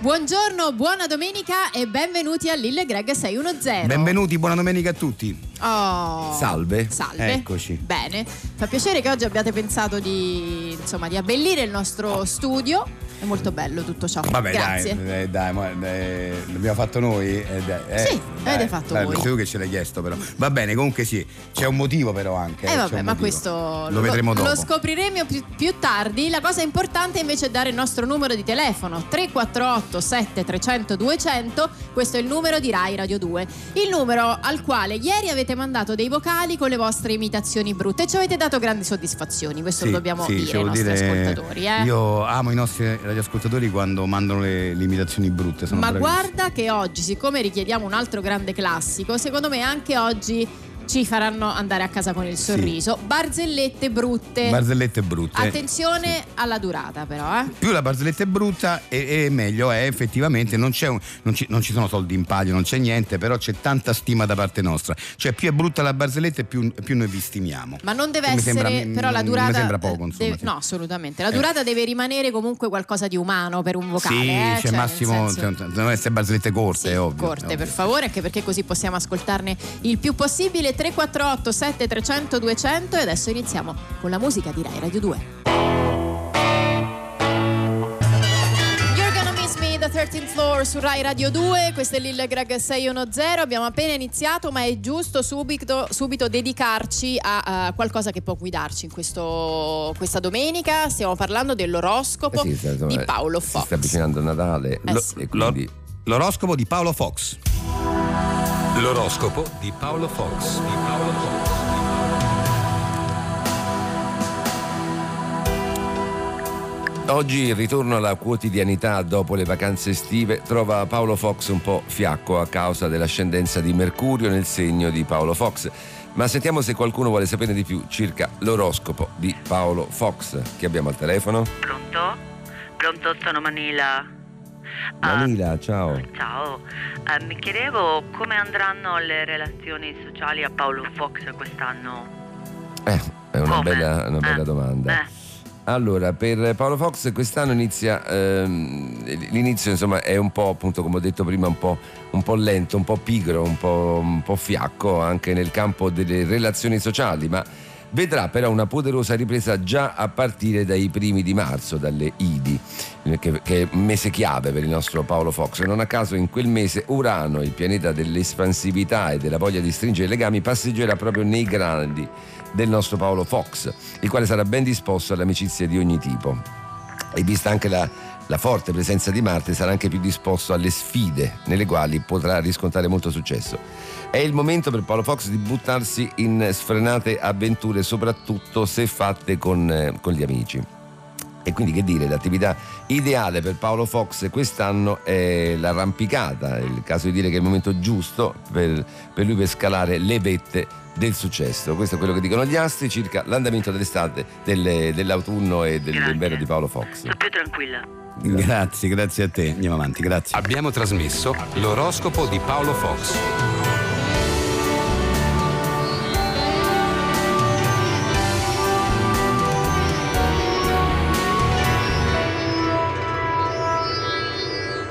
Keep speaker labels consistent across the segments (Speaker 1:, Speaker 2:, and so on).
Speaker 1: Buongiorno, buona domenica e benvenuti a Lille Greg 610.
Speaker 2: Benvenuti, buona domenica a tutti.
Speaker 1: Oh.
Speaker 2: Salve.
Speaker 1: Salve.
Speaker 2: Eccoci.
Speaker 1: Bene. Fa piacere che oggi abbiate pensato di, insomma, di abbellire il nostro studio. È molto bello tutto ciò.
Speaker 2: Vabbè,
Speaker 1: Grazie.
Speaker 2: dai, eh, dai, ma, eh, l'abbiamo fatto noi? Eh, dai, eh,
Speaker 1: Sì,
Speaker 2: dai,
Speaker 1: l'avete fatto
Speaker 2: dai,
Speaker 1: voi.
Speaker 2: Sei tu che ce l'hai chiesto, però. Va bene, comunque sì, c'è un motivo, però, anche.
Speaker 1: Eh,
Speaker 2: c'è
Speaker 1: vabbè,
Speaker 2: un
Speaker 1: ma
Speaker 2: motivo.
Speaker 1: questo
Speaker 2: Lo vedremo dopo.
Speaker 1: lo scopriremo più, più tardi. La cosa importante invece è dare il nostro numero di telefono 348 7300 200. Questo è il numero di Rai Radio 2. Il numero al quale ieri avete mandato dei vocali con le vostre imitazioni brutte e ci avete dato grandi soddisfazioni. Questo
Speaker 2: Sì,
Speaker 1: lo dobbiamo
Speaker 2: sì,
Speaker 1: dire
Speaker 2: devo
Speaker 1: ai nostri
Speaker 2: dire,
Speaker 1: ascoltatori. Eh.
Speaker 2: Io amo i nostri radioascoltatori quando mandano le, le imitazioni brutte. Sono
Speaker 1: Ma
Speaker 2: bravissimi.
Speaker 1: guarda che oggi, siccome richiediamo un altro grande classico, secondo me anche oggi ci faranno andare a casa con il
Speaker 2: Sì.
Speaker 1: sorriso. Barzellette brutte.
Speaker 2: Barzellette brutte.
Speaker 1: Attenzione alla durata, però, eh.
Speaker 2: Più la barzelletta è brutta e, e meglio è effettivamente non, c'è un- non ci, non ci sono soldi in palio, non c'è niente, però c'è tanta stima da parte nostra. Cioè più è brutta la barzelletta e più, più noi vi stimiamo.
Speaker 1: Ma non deve
Speaker 2: Che mi
Speaker 1: essere,
Speaker 2: sembra- mi-
Speaker 1: però la
Speaker 2: mi
Speaker 1: durata.
Speaker 2: sembra poco,
Speaker 1: eh,
Speaker 2: insomma,
Speaker 1: deve-
Speaker 2: sì.
Speaker 1: No, assolutamente. La
Speaker 2: Eh.
Speaker 1: durata deve rimanere comunque qualcosa di umano per un vocale.
Speaker 2: sì,
Speaker 1: eh,
Speaker 2: c'è
Speaker 1: cioè, nel
Speaker 2: massimo,
Speaker 1: senso-
Speaker 2: cioè, devono essere barzellette corte,
Speaker 1: Sì,
Speaker 2: è ovvio.
Speaker 1: corte,
Speaker 2: è ovvio.
Speaker 1: per favore, anche perché così possiamo ascoltarne il più possibile. 348 7300 200 e adesso iniziamo con la musica di Rai Radio 2. You're gonna miss me, The 13th Floor su Rai Radio 2, questo è Lil Greg 610, abbiamo appena iniziato ma è giusto subito, subito dedicarci a, a qualcosa che può guidarci in questo- questa domenica, stiamo parlando dell'oroscopo
Speaker 3: Eh sì, sta- insomma,
Speaker 1: di Paolo
Speaker 3: si
Speaker 1: Fox.
Speaker 3: sta avvicinando Natale
Speaker 1: Eh
Speaker 3: lo-
Speaker 1: sì.
Speaker 3: e quindi
Speaker 2: L'oroscopo di Paolo Fox.
Speaker 4: L'oroscopo di Paolo Fox. Di Paolo Fox.
Speaker 3: oggi il ritorno alla quotidianità dopo le vacanze estive trova Paolo Fox un po' fiacco a causa dell'ascendenza di Mercurio nel segno di Paolo Fox. Ma sentiamo se qualcuno vuole sapere di più circa l'oroscopo di Paolo Fox che abbiamo al telefono.
Speaker 5: Pronto? Pronto, sono Manila. Ah,
Speaker 3: Manila, ciao.
Speaker 5: ciao, Eh, mi chiedevo come andranno le relazioni sociali a Paolo Fox quest'anno.
Speaker 3: Eh, è una
Speaker 5: Come?
Speaker 3: bella, una bella
Speaker 5: Eh,
Speaker 3: domanda.
Speaker 5: eh,
Speaker 3: Allora, per Paolo Fox quest'anno inizia, ehm, l'inizio insomma è un po' appunto come ho detto prima, un po', un po' lento, un po' pigro, un po', un po' fiacco anche nel campo delle relazioni sociali, ma vedrà però una poderosa ripresa già a partire dai primi di marzo, dalle IDI, eh, che, che è un mese chiave per il nostro Paolo Fox. Non a caso in quel mese Urano, il pianeta dell'espansività e della voglia di stringere legami, passeggerà proprio nei grandi del nostro Paolo Fox il quale sarà ben disposto alle amicizie di ogni tipo. E vista anche la, la forte presenza di Marte, sarà anche più disposto alle sfide, nelle quali potrà riscontrare molto successo. È il momento per Paolo Fox di buttarsi in sfrenate avventure, soprattutto se fatte con, eh, con gli amici. E quindi che dire, l'attività ideale per Paolo Fox quest'anno è l'arrampicata, è il caso di dire che è il momento giusto per, per lui per scalare le vette del successo. Questo è quello che dicono gli astri circa l'andamento dell'estate, delle- dell'autunno e dell'inverno
Speaker 5: Grazie.
Speaker 3: di Paolo Fox.
Speaker 5: Sto più tranquilla.
Speaker 2: Grazie, grazie a te. Andiamo avanti, grazie.
Speaker 4: Abbiamo trasmesso l'oroscopo di Paolo Fox.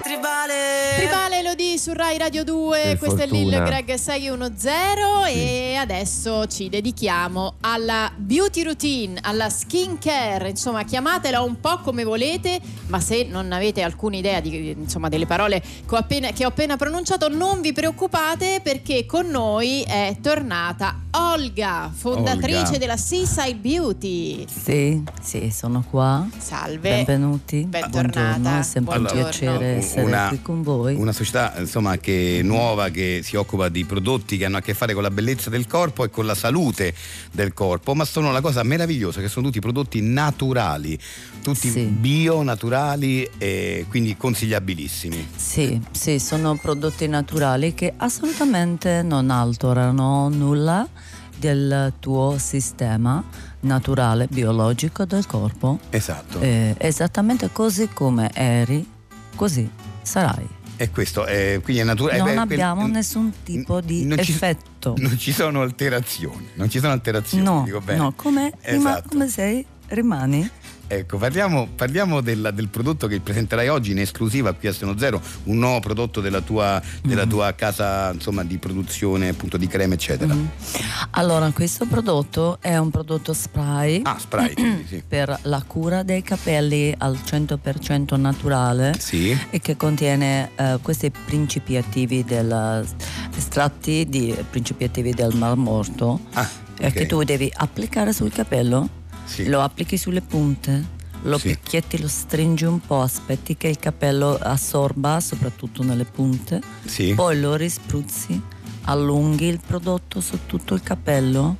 Speaker 1: Tribale Elodie su Rai Radio 2,
Speaker 3: Per
Speaker 1: questo è Lil
Speaker 3: fortuna.
Speaker 1: Greg 610 e adesso ci dedichiamo alla beauty routine, alla skin care, insomma chiamatela un po' come volete, ma se non avete alcuna idea di- insomma, delle parole che ho, appena, che ho appena pronunciato non vi preoccupate perché con noi è tornata Olga, fondatrice
Speaker 2: Olga.
Speaker 1: della Seaside Beauty.
Speaker 6: Sì, sì, sono qua.
Speaker 1: Salve.
Speaker 6: Benvenuti.
Speaker 1: Bentornata.
Speaker 6: Buongiorno, è sempre
Speaker 1: Buongiorno.
Speaker 6: un piacere essere
Speaker 2: Una-
Speaker 6: qui con voi.
Speaker 2: Una società insomma che è nuova che si occupa di prodotti che hanno a che fare con la bellezza del corpo e con la salute del corpo, ma sono la cosa meravigliosa che sono tutti prodotti naturali, tutti
Speaker 6: Sì.
Speaker 2: bio, naturali e quindi consigliabilissimi.
Speaker 6: Sì, sì, sono prodotti naturali che assolutamente non alterano nulla del tuo sistema naturale, biologico del corpo.
Speaker 2: Esatto.
Speaker 6: Eh, esattamente così come eri, così sarai.
Speaker 2: E questo è quindi è eh, naturale.
Speaker 6: Non abbiamo nessun tipo di effetto.
Speaker 2: non ci sono alterazioni, non ci sono alterazioni,
Speaker 6: No,
Speaker 2: dico bene.
Speaker 6: no, come, rima-
Speaker 2: Esatto.
Speaker 6: come sei rimani
Speaker 2: Ecco, parliamo, parliamo della- del prodotto che presenterai oggi in esclusiva qui a Seno Zero, un nuovo prodotto della tua,
Speaker 7: Mm-hmm.
Speaker 2: della tua casa insomma, di produzione appunto di creme eccetera.
Speaker 6: Mm.
Speaker 7: Allora, questo prodotto è un prodotto spray
Speaker 2: Ah, spray, quindi, sì.
Speaker 7: per la cura dei capelli al 100% naturale
Speaker 2: Sì.
Speaker 7: e che contiene eh, questi principi attivi del estratti di principi attivi del mal morto
Speaker 2: Ah,
Speaker 7: eh,
Speaker 2: ok.
Speaker 7: che tu devi applicare sul capello,
Speaker 2: Sì.
Speaker 7: lo applichi sulle punte, lo
Speaker 2: Sì.
Speaker 7: picchietti, lo stringi un po', aspetti che il capello assorba, soprattutto nelle punte,
Speaker 2: Sì.
Speaker 7: poi lo rispruzzi, allunghi il prodotto su tutto il capello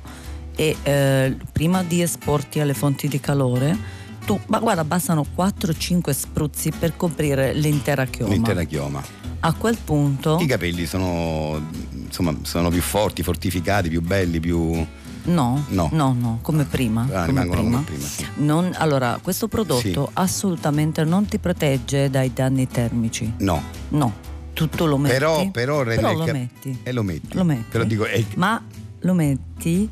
Speaker 7: e eh, prima di esporti alle fonti di calore, tu, ma guarda, bastano 4-5 spruzzi per coprire l'intera chioma.
Speaker 2: L'intera chioma.
Speaker 7: A quel punto...
Speaker 2: I capelli sono, insomma, sono più forti, fortificati, più belli, più...
Speaker 7: No,
Speaker 2: No.
Speaker 7: no, no, come prima.
Speaker 2: Ah,
Speaker 7: come
Speaker 2: rimangono
Speaker 7: prima.
Speaker 2: come prima, sì.
Speaker 7: Non- allora, questo prodotto
Speaker 2: Sì.
Speaker 7: assolutamente non ti protegge dai danni termici.
Speaker 2: No.
Speaker 7: No, tutto lo metti.
Speaker 2: Però, però, rende il
Speaker 7: lo
Speaker 2: cap-
Speaker 7: metti.
Speaker 2: E lo metti.
Speaker 7: Lo metti. Mm.
Speaker 2: Però dico, è-
Speaker 7: Ma lo metti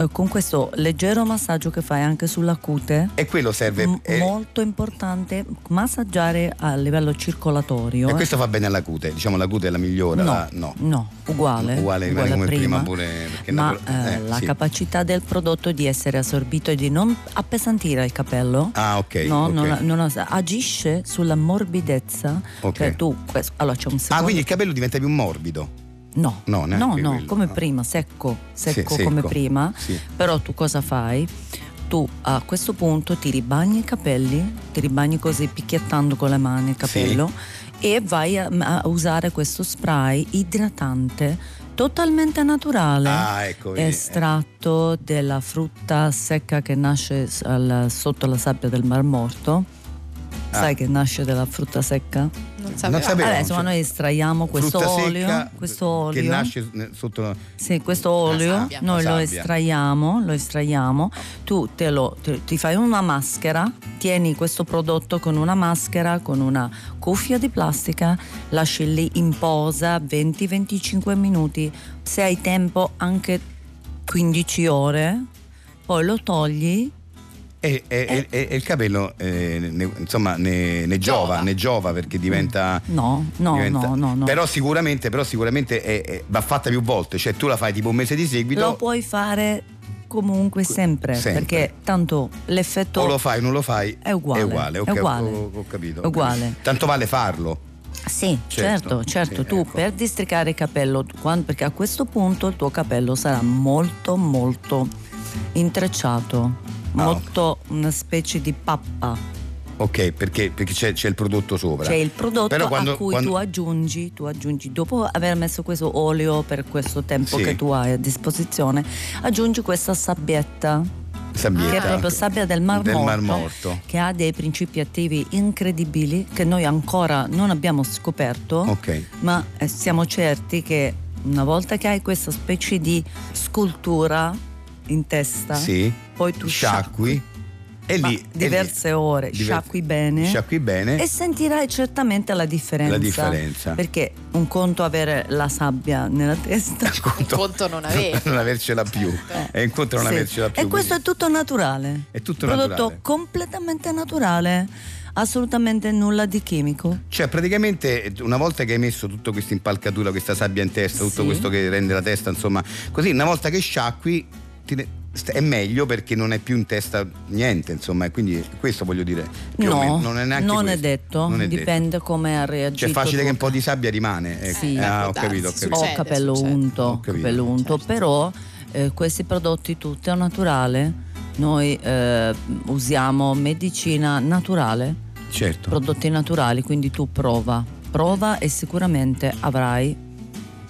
Speaker 7: eh, con questo leggero massaggio che fai anche sulla cute.
Speaker 2: e quello serve...
Speaker 7: M-
Speaker 2: e-
Speaker 7: Mm, molto importante massaggiare a livello circolatorio.
Speaker 2: e questo fa bene alla cute, diciamo la cute è la migliore, la-
Speaker 7: eh. No, no, uguale,
Speaker 2: Uguale,
Speaker 7: uguale
Speaker 2: come
Speaker 7: a
Speaker 2: prima,
Speaker 7: prima,
Speaker 2: pure perché
Speaker 7: ma
Speaker 2: natura-
Speaker 7: eh,
Speaker 2: eh,
Speaker 7: la
Speaker 2: sì.
Speaker 7: capacità del prodotto di essere assorbito e di non appesantire il capello
Speaker 2: Ah, ok.
Speaker 7: no,
Speaker 2: ok.
Speaker 7: non- non- agisce sulla morbidezza
Speaker 2: Ok.
Speaker 7: cioè tu questo- allora c'è un
Speaker 2: Ah,
Speaker 7: secondo
Speaker 2: quindi il capello diventa più morbido.
Speaker 7: no
Speaker 2: No,
Speaker 7: no,
Speaker 2: neanche
Speaker 7: no,
Speaker 2: quello,
Speaker 7: come
Speaker 2: no.
Speaker 7: prima secco
Speaker 2: Sì,
Speaker 7: secco
Speaker 2: secco.
Speaker 7: come prima
Speaker 2: Sì.
Speaker 7: però tu cosa fai? Tu a questo punto ti ribagni i capelli, ti ribagni così picchiettando con le mani il capello e vai a, a usare questo spray idratante totalmente naturale.
Speaker 2: Ah, ecco. vedi.
Speaker 7: Estratto della frutta secca che nasce s- al- sotto la sabbia del Mar Morto.
Speaker 2: Ah.
Speaker 7: Sai che nasce dalla frutta secca?
Speaker 1: Non
Speaker 2: Non
Speaker 1: sapevo.
Speaker 2: sapevo.
Speaker 7: Vabbè, insomma,
Speaker 2: cioè,
Speaker 7: noi estraiamo questo
Speaker 2: frutta
Speaker 7: olio,
Speaker 2: secca
Speaker 7: questo
Speaker 2: che
Speaker 7: olio.
Speaker 2: nasce eh, sotto la-
Speaker 7: Sì, questo
Speaker 2: La
Speaker 7: olio
Speaker 2: sabbia.
Speaker 7: noi
Speaker 2: La
Speaker 7: lo
Speaker 2: sabbia.
Speaker 7: estraiamo, lo estraiamo, tu te lo, te- ti fai una maschera, tieni questo prodotto con una maschera, con una cuffia di plastica, lasci lì in posa 20-25 minuti, se hai tempo anche 15 ore, poi lo togli
Speaker 2: e, e- e- e- e il capello eh, ne- insomma ne, ne giova,
Speaker 1: Giova.
Speaker 2: ne giova perché diventa
Speaker 7: No, no,
Speaker 2: diventa-
Speaker 7: no, no, no.
Speaker 2: Però sicuramente, però sicuramente è- è- va fatta più volte, cioè tu la fai tipo un mese di seguito
Speaker 7: lo puoi fare comunque sempre,
Speaker 2: Sempre.
Speaker 7: perché tanto l'effetto...
Speaker 2: o lo fai o non lo fai
Speaker 7: È uguale,
Speaker 2: È uguale, ok,
Speaker 7: è uguale.
Speaker 2: Ho, ho capito.
Speaker 7: È uguale.
Speaker 2: Tanto vale farlo.
Speaker 7: Sì,
Speaker 2: Certo,
Speaker 7: certo, certo.
Speaker 2: sì,
Speaker 7: tu
Speaker 2: ecco.
Speaker 7: per districare il capello, tu- quan- perché a questo punto il tuo capello sarà molto, molto intrecciato,
Speaker 2: Ah,
Speaker 7: molto una specie di pappa.
Speaker 2: Ok, perché, perché c'è, c'è il prodotto sopra.
Speaker 7: Cioè il prodotto
Speaker 2: Però quando-
Speaker 7: a cui
Speaker 2: quando-
Speaker 7: tu aggiungi, tu aggiungi, dopo aver messo questo olio per questo tempo
Speaker 2: Sì.
Speaker 7: che tu hai a disposizione, aggiungi questa sabbietta,
Speaker 2: Sabbietta.
Speaker 7: che è proprio sabbia del Mar
Speaker 2: Del
Speaker 7: Morto.
Speaker 2: Mar Morto.
Speaker 7: Che ha dei principi attivi incredibili che noi ancora non abbiamo scoperto.
Speaker 2: Ok.
Speaker 7: ma eh, siamo certi che una volta che hai questa specie di scultura in testa,
Speaker 2: Sì.
Speaker 7: poi tu
Speaker 2: sciacqui. E
Speaker 7: ma
Speaker 2: lì. e
Speaker 7: diverse
Speaker 2: lì-
Speaker 7: ore,
Speaker 2: Diverse-
Speaker 7: sciacqui bene.
Speaker 2: Sciacqui bene.
Speaker 7: E sentirai certamente la differenza.
Speaker 2: La differenza.
Speaker 7: Perché un conto avere la sabbia nella testa.
Speaker 1: Un conto non avevi.
Speaker 2: non avercela più. E incontro non
Speaker 7: Sì.
Speaker 2: avercela più.
Speaker 7: E questo è
Speaker 2: quindi-
Speaker 7: tutto naturale.
Speaker 2: È tutto
Speaker 7: prodotto
Speaker 2: naturale.
Speaker 7: completamente naturale, assolutamente nulla di chimico.
Speaker 2: Cioè, praticamente una volta che hai messo tutta questa impalcatura, questa sabbia in testa, tutto
Speaker 7: Sì.
Speaker 2: questo che rende la testa, insomma, così una volta che sciacqui ti ne- st- è meglio perché non è più in testa niente, insomma, e quindi questo voglio dire. più o
Speaker 7: no,
Speaker 2: meno, non è neanche questo.
Speaker 7: detto,
Speaker 2: Non è detto.
Speaker 7: dipende come ha reagito.
Speaker 2: Cioè, è facile
Speaker 7: tu.
Speaker 2: che un po' di sabbia rimane. ecco.
Speaker 1: Sì.
Speaker 2: ah, ho
Speaker 1: Può
Speaker 2: capito, ho
Speaker 1: darsi,
Speaker 2: capito.
Speaker 1: succede.
Speaker 7: o capello
Speaker 1: succede.
Speaker 2: Ho
Speaker 7: unto,
Speaker 2: capito.
Speaker 7: capello unto,
Speaker 1: Certo.
Speaker 7: però eh, questi prodotti tutti a naturale. Noi eh, usiamo medicina naturale,
Speaker 2: Certo.
Speaker 7: prodotti naturali, quindi tu prova, prova e sicuramente avrai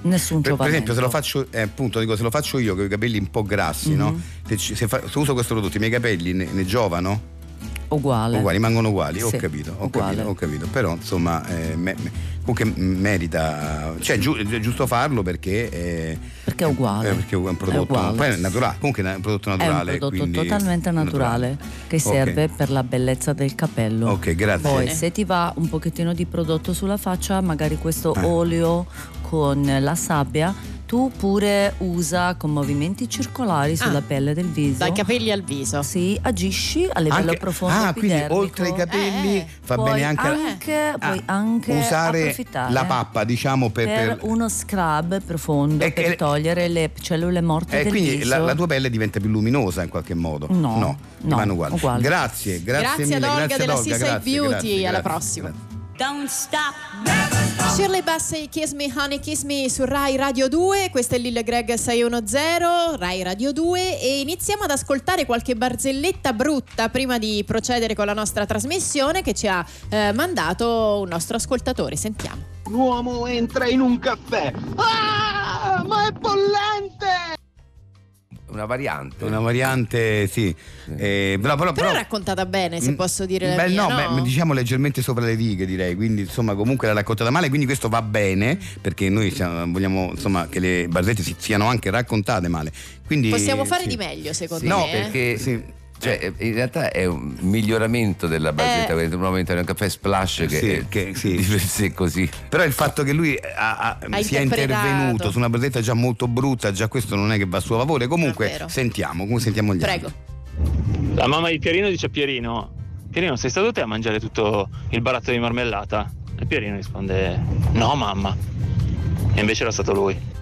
Speaker 7: nessun
Speaker 2: Per, per
Speaker 7: giovamento.
Speaker 2: esempio, se lo faccio, eh, appunto, dico, se lo faccio io con i capelli un po' grassi,
Speaker 7: Mhm.
Speaker 2: no? Se, ci- se fa- se uso questo prodotto, i miei capelli ne, ne giovano?
Speaker 7: uguale.
Speaker 2: Uguali, rimangono uguali, ho
Speaker 7: Sì,
Speaker 2: capito, ho
Speaker 7: uguale.
Speaker 2: capito, ho capito. Però, insomma, eh, me- me- comunque m- merita. Cioè, è giu- è giusto farlo perché. eh,
Speaker 7: Perché è uguale.
Speaker 2: eh, perché è un
Speaker 7: È
Speaker 2: prodotto.
Speaker 7: uguale.
Speaker 2: poi è naturale, comunque è un prodotto
Speaker 7: È un
Speaker 2: naturale.
Speaker 7: prodotto
Speaker 2: quindi-
Speaker 7: totalmente naturale, che
Speaker 2: Ok.
Speaker 7: serve per la bellezza del capello.
Speaker 2: Ok, grazie.
Speaker 7: Poi se ti va un
Speaker 2: Eh.
Speaker 7: pochettino di prodotto sulla faccia, magari questo
Speaker 2: Ah.
Speaker 7: olio con la sabbia tu pure usa con movimenti circolari
Speaker 2: Ah.
Speaker 7: sulla pelle del viso.
Speaker 1: Dai capelli al viso.
Speaker 7: Sì, agisci a livello
Speaker 2: Anche-
Speaker 7: profondo
Speaker 2: ah, quindi
Speaker 7: epidermico.
Speaker 2: oltre ai capelli
Speaker 1: Eh,
Speaker 2: fa
Speaker 7: puoi
Speaker 2: bene anche,
Speaker 7: anche-
Speaker 2: Ah,
Speaker 7: puoi anche
Speaker 2: usare
Speaker 7: approfittare
Speaker 2: la pappa, diciamo, per,
Speaker 7: per,
Speaker 2: per-
Speaker 7: uno scrub profondo
Speaker 2: Eh,
Speaker 7: per
Speaker 2: eh,
Speaker 7: togliere le cellule morte
Speaker 2: Eh,
Speaker 7: del
Speaker 2: quindi
Speaker 7: viso.
Speaker 2: la, la tua pelle diventa più luminosa in qualche modo.
Speaker 7: No,
Speaker 2: no,
Speaker 7: no,
Speaker 2: rimane uguale.
Speaker 7: uguale.
Speaker 2: Grazie, grazie,
Speaker 1: Grazie
Speaker 2: mille.
Speaker 1: ad Olga
Speaker 2: grazie
Speaker 1: della
Speaker 2: ad Olga,
Speaker 1: Sisai
Speaker 2: grazie,
Speaker 1: Beauty,
Speaker 2: grazie,
Speaker 1: alla
Speaker 2: grazie,
Speaker 1: prossima.
Speaker 2: grazie.
Speaker 8: Don't stop.
Speaker 1: Shirley Bassey, Kiss Me Honey, Kiss Me su Rai Radio 2, questo è Lil Greg 610, Rai Radio 2 e iniziamo ad ascoltare qualche barzelletta brutta prima di procedere con la nostra trasmissione che ci ha eh, mandato un nostro ascoltatore, sentiamo.
Speaker 9: Un uomo entra in un caffè. Ah, ma è bollente!
Speaker 10: Una variante.
Speaker 2: Una variante, sì. Eh, però, però,
Speaker 1: Però
Speaker 2: però-
Speaker 1: raccontata bene, se
Speaker 2: Mm,
Speaker 1: posso dire la
Speaker 2: beh,
Speaker 1: mia,
Speaker 2: no, beh, diciamo leggermente sopra le righe, direi. Quindi, insomma, comunque l'ha raccontata male. Quindi questo va bene, perché noi siamo- vogliamo insomma, che le barzellette si- siano anche raccontate male. Quindi,
Speaker 1: Possiamo fare
Speaker 2: sì.
Speaker 1: di meglio, secondo
Speaker 2: Sì.
Speaker 1: me.
Speaker 10: No,
Speaker 1: eh.
Speaker 10: perché
Speaker 2: Sì.
Speaker 10: cioè, in realtà è un miglioramento della barzelletta, quindi un momento è un caffè splash che,
Speaker 2: Eh. Sì, che- sì.
Speaker 10: di per sé così.
Speaker 2: Però il fatto che lui eh, ha- ha-
Speaker 1: Ha
Speaker 2: sia
Speaker 1: interpretato.
Speaker 2: intervenuto su una barzelletta già molto brutta, già questo non è che va a suo favore.
Speaker 1: È
Speaker 2: Comunque,
Speaker 1: vero.
Speaker 2: sentiamo, come sentiamo gli
Speaker 1: Prego.
Speaker 2: altri.
Speaker 11: La mamma di Pierino dice a Pierino, Pierino sei stato te a mangiare tutto il baratto di marmellata? E Pierino risponde, no mamma. E invece era stato lui.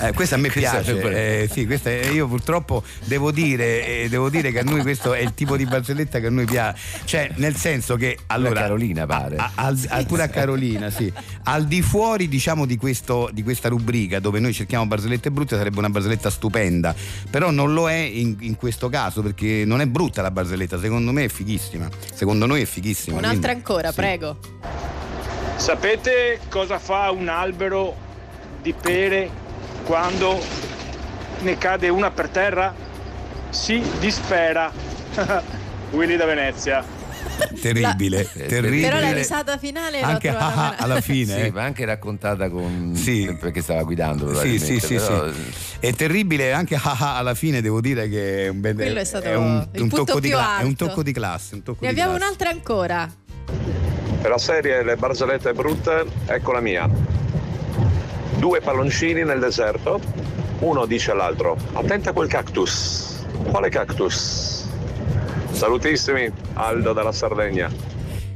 Speaker 2: Eh, questa a me
Speaker 10: Questa è
Speaker 2: piace.
Speaker 10: quella.
Speaker 2: Eh, sì, questa è- io purtroppo devo dire, eh, devo dire che a noi questo è il tipo di barzelletta che a noi piace. Cioè, nel senso che allora.
Speaker 10: Carolina pare.
Speaker 2: a- al- al- pure a Carolina, sì. Al di fuori, diciamo, di, questo, di questa rubrica dove noi cerchiamo barzellette brutte, sarebbe una barzelletta stupenda. Però non lo è in, in questo caso, perché non è brutta la barzelletta, secondo me è fighissima. Secondo noi è fighissima.
Speaker 1: Un'altra
Speaker 2: quindi-
Speaker 1: ancora,
Speaker 2: sì.
Speaker 1: prego.
Speaker 12: Sapete cosa fa un albero di pere quando ne cade una per terra? Si dispera. Willy da Venezia.
Speaker 2: Terribile, eh,
Speaker 10: La-
Speaker 2: terribile.
Speaker 1: Però la risata finale l'ho
Speaker 2: Anche
Speaker 1: trovata
Speaker 2: ah, ah,
Speaker 1: male.
Speaker 2: alla fine.
Speaker 10: Sì,
Speaker 2: eh.
Speaker 10: ma anche raccontata con
Speaker 2: Sì.
Speaker 10: perché stava guidando
Speaker 2: Sì,
Speaker 10: probabilmente,
Speaker 2: sì, sì,
Speaker 10: però-
Speaker 2: sì. È terribile anche ah, ah, alla fine, devo dire che è un, bel-
Speaker 1: Quello è stato
Speaker 2: un,
Speaker 1: il
Speaker 2: un
Speaker 1: punto
Speaker 2: tocco di
Speaker 1: più
Speaker 2: cla- è un
Speaker 1: alto.
Speaker 2: tocco di classe. un tocco
Speaker 1: Ne
Speaker 2: di
Speaker 1: abbiamo
Speaker 2: classe.
Speaker 1: un'altra ancora.
Speaker 13: Per la serie Le barzellette brutte, ecco la mia. Due palloncini nel deserto, uno dice all'altro, attenta a quel cactus. Quale cactus? Salutissimi, Aldo dalla Sardegna.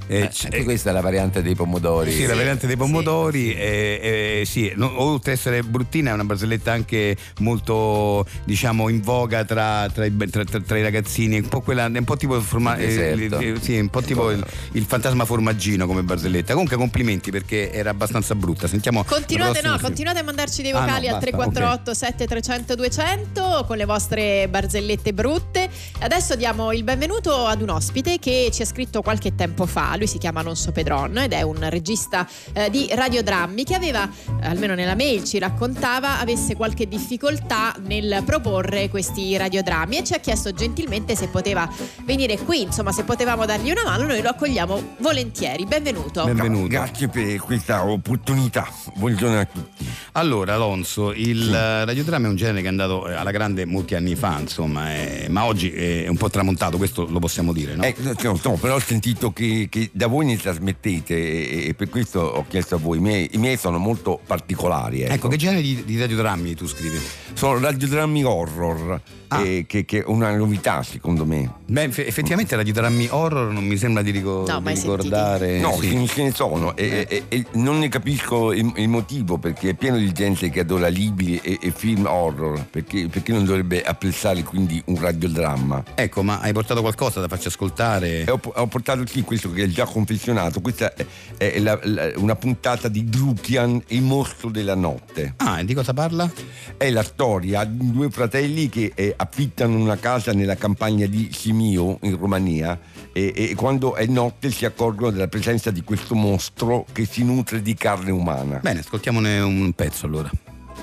Speaker 2: Eh,
Speaker 10: Eh,
Speaker 2: c-
Speaker 10: anche questa è la variante dei pomodori.
Speaker 2: Sì, la
Speaker 1: Sì,
Speaker 2: variante dei
Speaker 1: sì.
Speaker 2: pomodori, eh, eh, sì, no- oltre ad essere bruttina è una barzelletta anche molto diciamo in voga tra, tra i, tra- tra- tra i ragazzini, un po', quella, è un po' tipo, il forma-
Speaker 10: Il deserto.
Speaker 2: eh, eh, sì, un po' tipo il, il fantasma formaggino come barzelletta. Comunque complimenti perché era abbastanza brutta. Sentiamo la
Speaker 1: Continuate,
Speaker 2: prossima
Speaker 1: no,
Speaker 2: sera.
Speaker 1: continuate a mandarci dei
Speaker 2: Ah, no,
Speaker 1: vocali al
Speaker 2: basta,
Speaker 1: 348 7300 200 con le vostre barzellette brutte. Adesso diamo il benvenuto ad un ospite che ci ha scritto qualche tempo fa. Lui si chiama Alonso Pedron ed è un regista eh, di radiodrammi che aveva, eh, almeno nella mail ci raccontava, avesse qualche difficoltà nel proporre questi radiodrammi e ci ha chiesto gentilmente se poteva venire qui, insomma, se potevamo dargli una mano, noi lo accogliamo volentieri. Benvenuto.
Speaker 2: Benvenuto.
Speaker 3: Grazie per questa opportunità. Buongiorno a tutti.
Speaker 2: Allora, Alonso, il eh, radiodramma è un genere che è andato eh, alla grande molti anni fa, insomma, eh, ma oggi è un po' tramontato, questo lo possiamo dire, no?
Speaker 3: Eh, no, no, no, però ho sentito che, che da voi ne trasmettete e, e per questo ho chiesto a voi. I miei, i miei sono molto particolari. Ecco,
Speaker 2: Ecco, che genere di, di radiodrammi tu scrivi?
Speaker 3: sono radiodrammi horror,
Speaker 2: Ah.
Speaker 3: eh, che, che è una novità secondo me.
Speaker 2: Beh, eff- effettivamente radiodrammi horror non mi sembra di, rico-
Speaker 1: No,
Speaker 2: di
Speaker 1: mai
Speaker 2: ricordare.
Speaker 3: no,
Speaker 2: sì.
Speaker 3: ce ne- ce ne sono e, e- e non ne capisco il, il motivo perché è pieno di gente che adora libri e, e film horror. Perché, perché non dovrebbe apprezzare quindi un radiodramma?
Speaker 2: Ecco, ma hai portato qualcosa da farci ascoltare?
Speaker 3: E ho, ho portato qui questo che è già confezionato. Questa è, è la- la- una puntata di Drukian, il mostro della notte.
Speaker 2: Ah, e di cosa parla?
Speaker 3: È la storia di due fratelli che eh, affittano una casa nella campagna di Simio in Romania e, e quando è notte si accorgono della presenza di questo mostro che si nutre di carne umana.
Speaker 2: Bene, ascoltiamone un pezzo allora.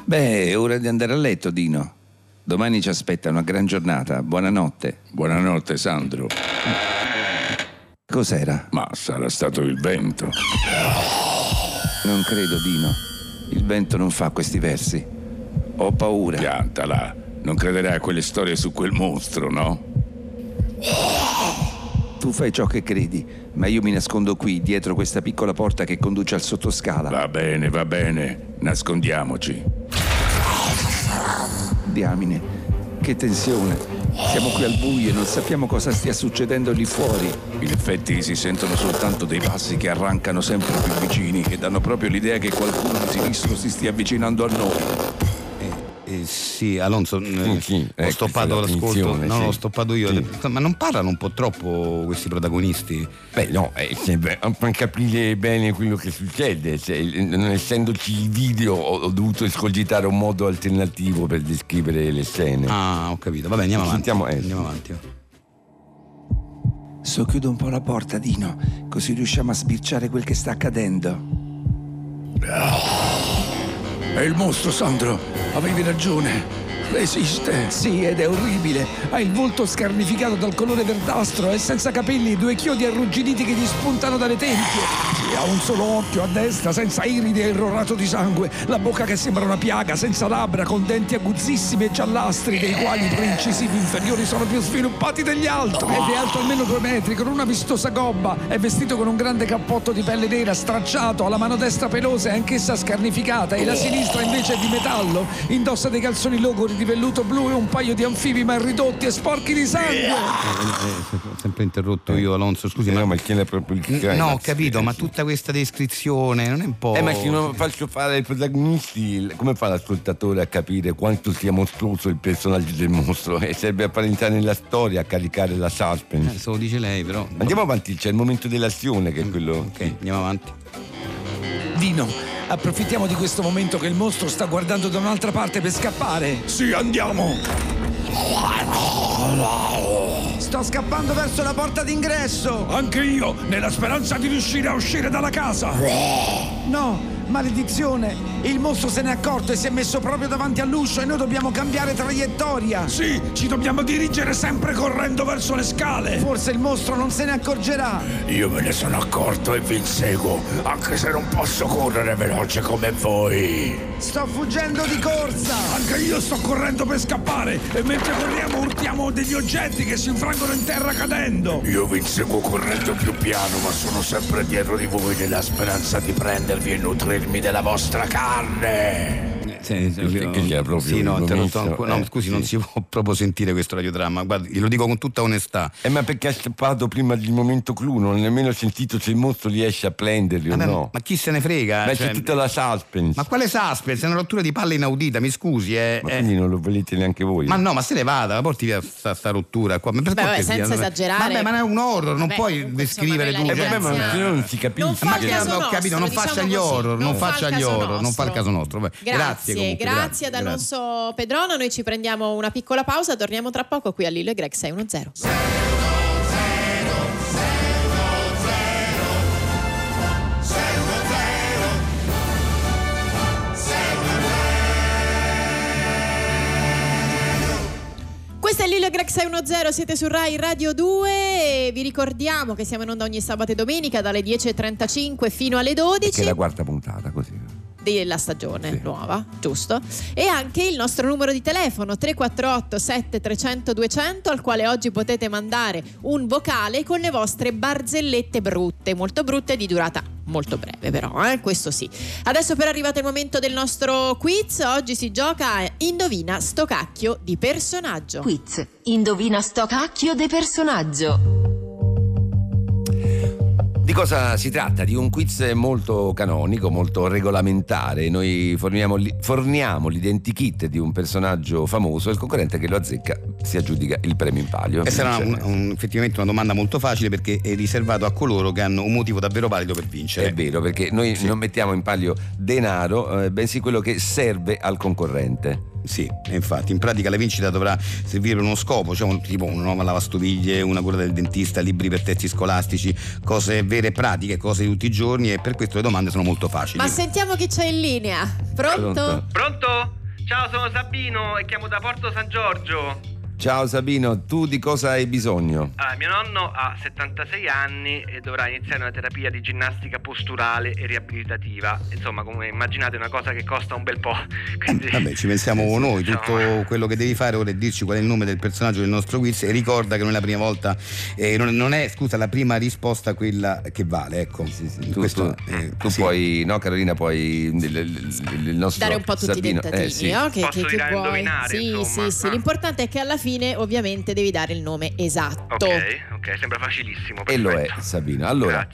Speaker 13: Beh, è ora di andare a letto, Dino. Domani ci aspetta una gran giornata. Buonanotte. Buonanotte, Sandro. Cos'era? Ma sarà stato il vento. Non credo, Dino. Il vento non fa questi versi. Ho paura. Piantala. Non crederai a quelle storie su quel mostro, no? Tu fai ciò che credi, ma io mi nascondo qui, dietro questa piccola porta che conduce al sottoscala. Va bene, va bene. Nascondiamoci.
Speaker 9: Diamine, che tensione. Siamo qui al buio e non sappiamo cosa stia succedendo lì fuori.
Speaker 13: In effetti si sentono soltanto dei passi che arrancano sempre più vicini e danno proprio l'idea che qualcuno di sinistro si stia avvicinando a noi.
Speaker 2: Eh, sì, Alonso, eh,
Speaker 13: Sì, sì,
Speaker 2: ho
Speaker 13: eh,
Speaker 2: stoppato
Speaker 13: questa è la
Speaker 2: l'ascolto.
Speaker 13: definizione,
Speaker 2: No,
Speaker 13: sì.
Speaker 2: l'ho stoppato io. Ma non parlano un po' troppo questi protagonisti?
Speaker 14: Beh, no, eh, sì, beh, per capire bene quello che succede, se- eh, non essendoci il video ho, ho dovuto escogitare un modo alternativo per descrivere le scene.
Speaker 2: Ah, ho capito, vabbè andiamo avanti.
Speaker 14: Sentiamo, eh,
Speaker 2: Andiamo avanti. oh.
Speaker 9: Socchiudo un po' la porta, Dino, così riusciamo a sbirciare quel che sta accadendo.
Speaker 13: Ah! È il mostro, Sandro. Avevi ragione. Esiste.
Speaker 9: Sì, ed è orribile. Ha il volto scarnificato dal colore verdastro e senza capelli, due chiodi arrugginiti che gli spuntano dalle tempie.
Speaker 13: Sì, ha un solo occhio a destra, senza iride e irrorato di sangue. La bocca che sembra una piaga, senza labbra, con denti aguzzissimi e giallastri, dei quali i preincisivi inferiori sono più sviluppati degli altri.
Speaker 9: Ed è alto almeno due metri, con una vistosa gobba. È vestito con un grande cappotto di pelle nera, stracciato, ha la mano destra pelosa e anch'essa scarnificata, e la sinistra invece è di metallo. Indossa dei calzoni logori di velluto blu e un paio di anfibi mal ridotti e sporchi di sangue.
Speaker 2: Eh, eh, ho sempre interrotto io, Alonso. Scusi, ma.
Speaker 14: ma chi l'ha proprio il
Speaker 2: N- No, ho capito, ma tutta questa descrizione non è un po'.
Speaker 14: Eh, ma se non faccio fare ai protagonisti, il- come fa l'ascoltatore a capire quanto sia mostruoso il personaggio del mostro? E serve a parentare nella storia, a caricare la suspense.
Speaker 2: eh, se lo dice lei, però.
Speaker 14: Andiamo avanti, c'è il momento dell'azione
Speaker 2: Mm,
Speaker 14: che è quello. Ok,
Speaker 2: andiamo avanti.
Speaker 9: Dino, approfittiamo di questo momento che il mostro sta guardando da un'altra parte per scappare.
Speaker 13: Sì, andiamo!
Speaker 9: Sto scappando verso la porta d'ingresso!
Speaker 13: Anche io, nella speranza di riuscire a uscire dalla casa!
Speaker 9: No, maledizione! Il mostro se n'è accorto e si è messo proprio davanti all'uscio e noi dobbiamo cambiare traiettoria!
Speaker 13: Sì, ci dobbiamo dirigere sempre correndo verso le scale!
Speaker 9: Forse il mostro non se ne accorgerà!
Speaker 13: Io me ne sono accorto e vi inseguo, anche se non posso correre veloce come voi.
Speaker 9: Sto fuggendo di corsa!
Speaker 13: Anche io sto correndo per scappare e mentre corriamo urtiamo degli oggetti che si infrangono in terra cadendo. Io vi inseguo correndo più piano, ma sono sempre dietro di voi nella speranza di prendervi e nutrirmi della vostra carne.
Speaker 2: Eh, Sì, sì,
Speaker 14: Che- che gli ha proprio
Speaker 2: Sì, no, interrotto
Speaker 14: ripromesso,
Speaker 2: ancora. No,
Speaker 14: eh,
Speaker 2: scusi,
Speaker 14: sì.
Speaker 2: non si può proprio sentire questo radiodramma. Guardi, glielo dico con tutta onestà.
Speaker 14: Eh, ma perché ha scappato prima del momento clou, non ho nemmeno sentito se il mostro riesce a prenderli o
Speaker 2: Vabbè,
Speaker 14: no.
Speaker 2: Ma chi se ne frega?
Speaker 14: Beh,
Speaker 2: Cioè,
Speaker 14: c'è tutta la suspense.
Speaker 2: Ma quale suspense? È una rottura di palle inaudita, mi scusi, eh.
Speaker 14: Ma
Speaker 2: eh.
Speaker 14: quindi non lo volete neanche voi.
Speaker 2: Ma no, ma se ne vada, ma porti via sta, sta rottura qua. Ma per
Speaker 1: Vabbè,
Speaker 2: cortesia,
Speaker 1: senza
Speaker 2: non è-
Speaker 1: esagerare.
Speaker 2: Vabbè, ma è un horror, non
Speaker 1: Vabbè,
Speaker 2: puoi
Speaker 1: comunque,
Speaker 2: descrivere
Speaker 1: insomma,
Speaker 2: tu.
Speaker 1: nella
Speaker 2: Eh,
Speaker 1: vabbè, ma
Speaker 2: ma
Speaker 1: se no non si
Speaker 14: capisce.
Speaker 1: Non fa il caso
Speaker 2: ho capito, non
Speaker 1: nostro,
Speaker 2: faccia
Speaker 1: diciamo
Speaker 2: gli
Speaker 1: così,
Speaker 2: horror, non
Speaker 1: non fa il
Speaker 2: faccia gli
Speaker 1: caso
Speaker 2: horror, non
Speaker 1: nostro.
Speaker 2: fa il caso nostro. Vabbè,
Speaker 1: Grazie,
Speaker 2: comunque,
Speaker 1: grazie, ad
Speaker 2: grazie.
Speaker 1: Alonso Pedrona. Noi ci prendiamo una piccola pausa, torniamo tra poco qui a Lillo e Greg 610. Questo è Lillo e Greg 610, siete su Rai Radio 2 e vi ricordiamo che siamo in onda ogni sabato e domenica dalle 10.35 fino alle 12
Speaker 14: Che è la quarta puntata, così.
Speaker 1: della stagione nuova, giusto? E anche il nostro numero di telefono 348 7300 200 al quale oggi potete mandare un vocale con le vostre barzellette brutte, molto brutte di durata molto breve però, eh? questo sì. Adesso però è arrivato il momento del nostro quiz, oggi si gioca a Indovina sto cacchio di personaggio.
Speaker 15: Quiz. Indovina sto cacchio de personaggio.
Speaker 3: Di cosa si tratta? Di un quiz molto canonico, molto regolamentare. Noi forniamo, li- forniamo l'identikit di un personaggio famoso e il concorrente che lo azzecca si aggiudica il premio in palio.
Speaker 2: E sarà
Speaker 3: Cioè,
Speaker 2: un- un- effettivamente una domanda molto facile perché è riservato a coloro che hanno un motivo davvero valido per vincere.
Speaker 3: È vero, perché noi non mettiamo in palio denaro, eh, bensì quello che serve al concorrente.
Speaker 2: Sì, e infatti, in pratica la vincita dovrà servire per uno scopo, cioè un- tipo una nuova lavastoviglie, una cura del dentista, libri per testi scolastici, cose vere e pratiche, cose di tutti i giorni e per questo le domande sono molto facili.
Speaker 1: Ma sentiamo chi c'è in linea. Pronto?
Speaker 2: Pronto?
Speaker 16: Pronto? Ciao, sono Sabino e chiamo da Porto San Giorgio.
Speaker 3: Ciao Sabino, tu di cosa hai bisogno?
Speaker 16: Ah, mio nonno ha 76 anni e dovrà iniziare una terapia di ginnastica posturale e riabilitativa. Insomma, come immaginate, è una cosa che costa un bel po'. Quindi,
Speaker 2: Vabbè, ci pensiamo noi,
Speaker 16: diciamo,
Speaker 2: tutto quello che devi fare ora è dirci qual è il nome del personaggio del nostro quiz e ricorda che non è la prima volta, eh, non, non è scusa, la prima risposta quella che vale, ecco.
Speaker 3: Tu,
Speaker 2: Questo-
Speaker 3: tu- tu puoi, no Carolina, puoi il, il- il nostro
Speaker 1: Dare un po' tutti
Speaker 3: Sabino,
Speaker 1: i tentativi,
Speaker 3: eh, sì.
Speaker 1: no? Che, che- che vuoi. Sì, sì, sì. L'importante è che alla fine, ovviamente, devi dare il nome esatto.
Speaker 16: ok, ok, sembra facilissimo.
Speaker 3: E lo è Sabino. Allora,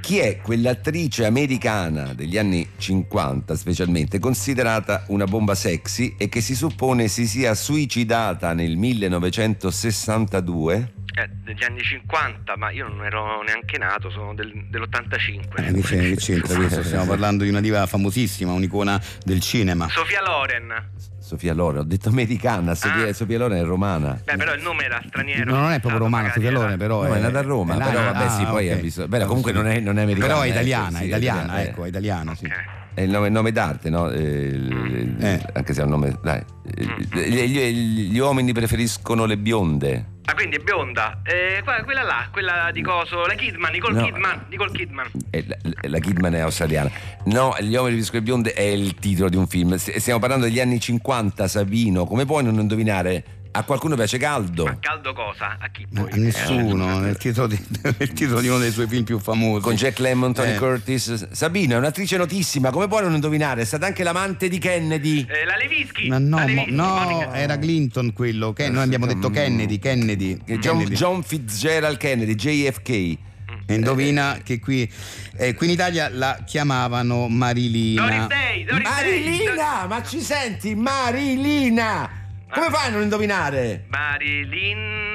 Speaker 3: chi è quell'attrice americana degli anni 50 specialmente considerata una bomba sexy e che si suppone si sia suicidata nel 1962?
Speaker 16: Eh, degli anni 50, ma io non ero neanche nato, sono del- dell'85.
Speaker 2: Eh, che c'è- che c'entra questo? Stiamo parlando di una diva famosissima, un'icona del cinema.
Speaker 16: Sofia Loren.
Speaker 3: Sofia Loren, ho detto americana, Sofia, Sofia Loren è romana.
Speaker 16: Beh, però il nome era straniero.
Speaker 2: No, non è
Speaker 16: Ah,
Speaker 2: proprio romana, Sofia Loren, però
Speaker 3: No, è nata a Roma,
Speaker 2: là,
Speaker 3: però
Speaker 2: ah,
Speaker 3: vabbè, sì, poi
Speaker 2: ok.
Speaker 3: è visto- beh, comunque non è, non è eh. americana.
Speaker 2: Però è
Speaker 3: eh,
Speaker 2: italiana,
Speaker 3: sì,
Speaker 2: è italiana, ecco, è italiana, sì.
Speaker 3: È il nome, nome d'arte, no? Eh, il- Anche se è un nome. Dai. Eh, Gli, gli- gli uomini preferiscono le bionde.
Speaker 16: Ah, quindi è bionda. Eh, qua- quella là, quella di coso, la Kidman, Nicole
Speaker 3: No.
Speaker 16: Kidman, Nicole Kidman.
Speaker 3: E la, la Kidman è australiana. No, Gli uomini preferiscono le bionde è il titolo di un film. S- Stiamo parlando degli anni 50, Savino. Come puoi non indovinare? A qualcuno piace caldo.
Speaker 16: Caldo cosa? A chi?
Speaker 2: A Eh,
Speaker 16: eh,
Speaker 2: nessuno, è il titolo, di, il titolo di uno dei suoi film più famosi.
Speaker 3: Con Jack Lemmon, Tony
Speaker 2: Eh.
Speaker 3: Curtis. Sabino è un'attrice notissima. Come puoi non indovinare? È stata anche l'amante di Kennedy.
Speaker 16: la Levischi.
Speaker 2: Ma no, mo- no, era Clinton quello, che noi abbiamo detto Kennedy, Kennedy.
Speaker 3: John- Fitzgerald Kennedy, JFK. eh.
Speaker 2: Indovina che qui, eh, qui in Italia la chiamavano Marilina.
Speaker 3: Marilina, ma ci senti? Marilina! Come fai a non indovinare?
Speaker 16: Marilyn.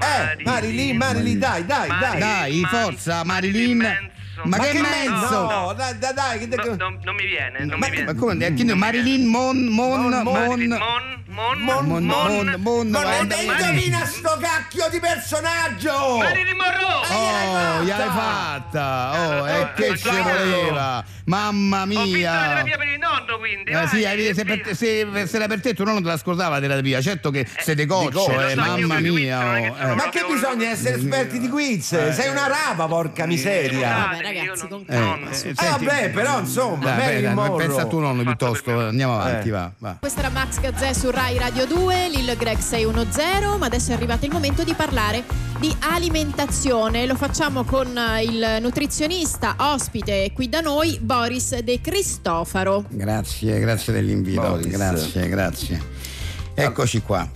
Speaker 3: Eh, Marilyn, Marilyn, dai, dai, dai.
Speaker 2: Dai, forza Marilyn. Ma, che, mezzo?
Speaker 3: No, dai, dai, dai, che-
Speaker 16: No, non, non mi viene, non mi
Speaker 2: Ma,
Speaker 16: viene.
Speaker 2: ma come? eh, chi- Marilyn Mon Mon Mon
Speaker 16: Marilyn Mon Mon
Speaker 2: Mon Mon Mon
Speaker 16: Mon-
Speaker 2: guarda-
Speaker 16: Indovina
Speaker 3: sto cacchio di personaggio!
Speaker 16: Marilyn Monroe!
Speaker 2: Oh, gliel'hai fatta! Oh, e che ci voleva! Mamma mia!
Speaker 16: Terapia per il nonno, quindi.
Speaker 2: Eh, sì, eh, se, per te- se- se era per te, tu non te la scordava la terapia, certo che se te coccio, eh, mamma mia! oh, eh.
Speaker 3: Ma che bisogna essere esperti di quiz?
Speaker 2: Eh.
Speaker 3: Sei una rapa, porca miseria!
Speaker 1: Vabbè, ragazzi, con
Speaker 2: Eh,
Speaker 1: calma. su.
Speaker 2: eh,
Speaker 3: Ah,
Speaker 2: senti-
Speaker 3: beh, però, insomma,
Speaker 2: Dai,
Speaker 3: Marilyn
Speaker 2: beh, dai,
Speaker 3: Monroe.
Speaker 2: pensa a tuo nonno piuttosto, andiamo
Speaker 3: Eh.
Speaker 2: avanti, va, va.
Speaker 1: Questo era Max Gazzè su Rai Radio 2, Lil Greg 610, ma adesso è arrivato il momento di parlare di alimentazione. Lo facciamo con eh, il nutrizionista ospite qui da noi, Boris De Cristofaro.
Speaker 2: Grazie, grazie dell'invito,
Speaker 3: Boris.
Speaker 2: grazie, grazie. Eccoci qua.